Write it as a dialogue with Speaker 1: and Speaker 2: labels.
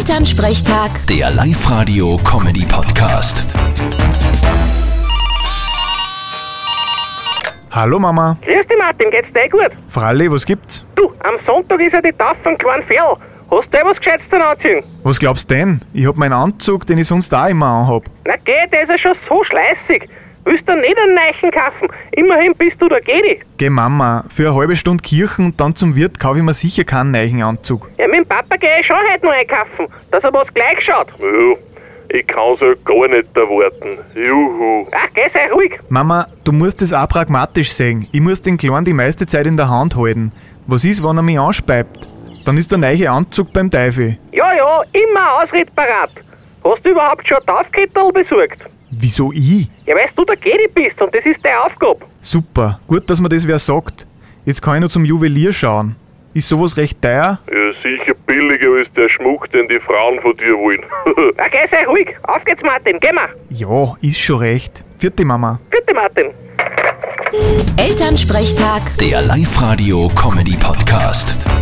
Speaker 1: Elternsprechtag,
Speaker 2: Der Live-Radio-Comedy-Podcast.
Speaker 3: Hallo Mama.
Speaker 4: Grüß dich Martin, geht's dir eh gut?
Speaker 3: Fralli, was gibt's?
Speaker 4: Du, am Sonntag ist ja die Taufe von kleinen Ferl. Hast du dir was Gescheites dann anziehen?
Speaker 3: Was glaubst denn? Ich hab meinen Anzug, den ich sonst auch immer anhab.
Speaker 4: Na geh, der ist ja schon so schleißig. Willst du nicht einen Neichen kaufen? Immerhin bist du der Gedi.
Speaker 3: Geh Mama, für eine halbe Stunde Kirchen und dann zum Wirt kaufe ich mir sicher keinen neuen Anzug.
Speaker 4: Ja, mit dem Papa geh ich schon heute noch einkaufen, dass er was gleich schaut.
Speaker 5: Ja, ich kann's halt gar nicht erwarten. Juhu.
Speaker 4: Ach, geh, sei ruhig.
Speaker 3: Mama, du musst das auch pragmatisch sehen. Ich muss den Kleinen die meiste Zeit in der Hand halten. Was ist, wenn er mich anspeibt? Dann ist der neue Anzug beim Teufel.
Speaker 4: Ja, ja, immer Ausritt parat. Hast du überhaupt schon Taufkittel besorgt?
Speaker 3: Wieso ich?
Speaker 4: Ja, weißt du der Gedi bist und das ist deine Aufgabe.
Speaker 3: Super, gut, dass mir das wer sagt. Jetzt kann ich noch zum Juwelier schauen. Ist sowas recht teuer?
Speaker 5: Ja, Äh, sicher billiger als der Schmuck, den die Frauen von dir wollen.
Speaker 4: Na geh, sei ruhig. Auf geht's Martin, geh mal.
Speaker 3: Ja, ist schon recht. Vierte Mama.
Speaker 4: Bitte Martin.
Speaker 1: Elternsprechtag.
Speaker 2: Der Live-Radio-Comedy-Podcast.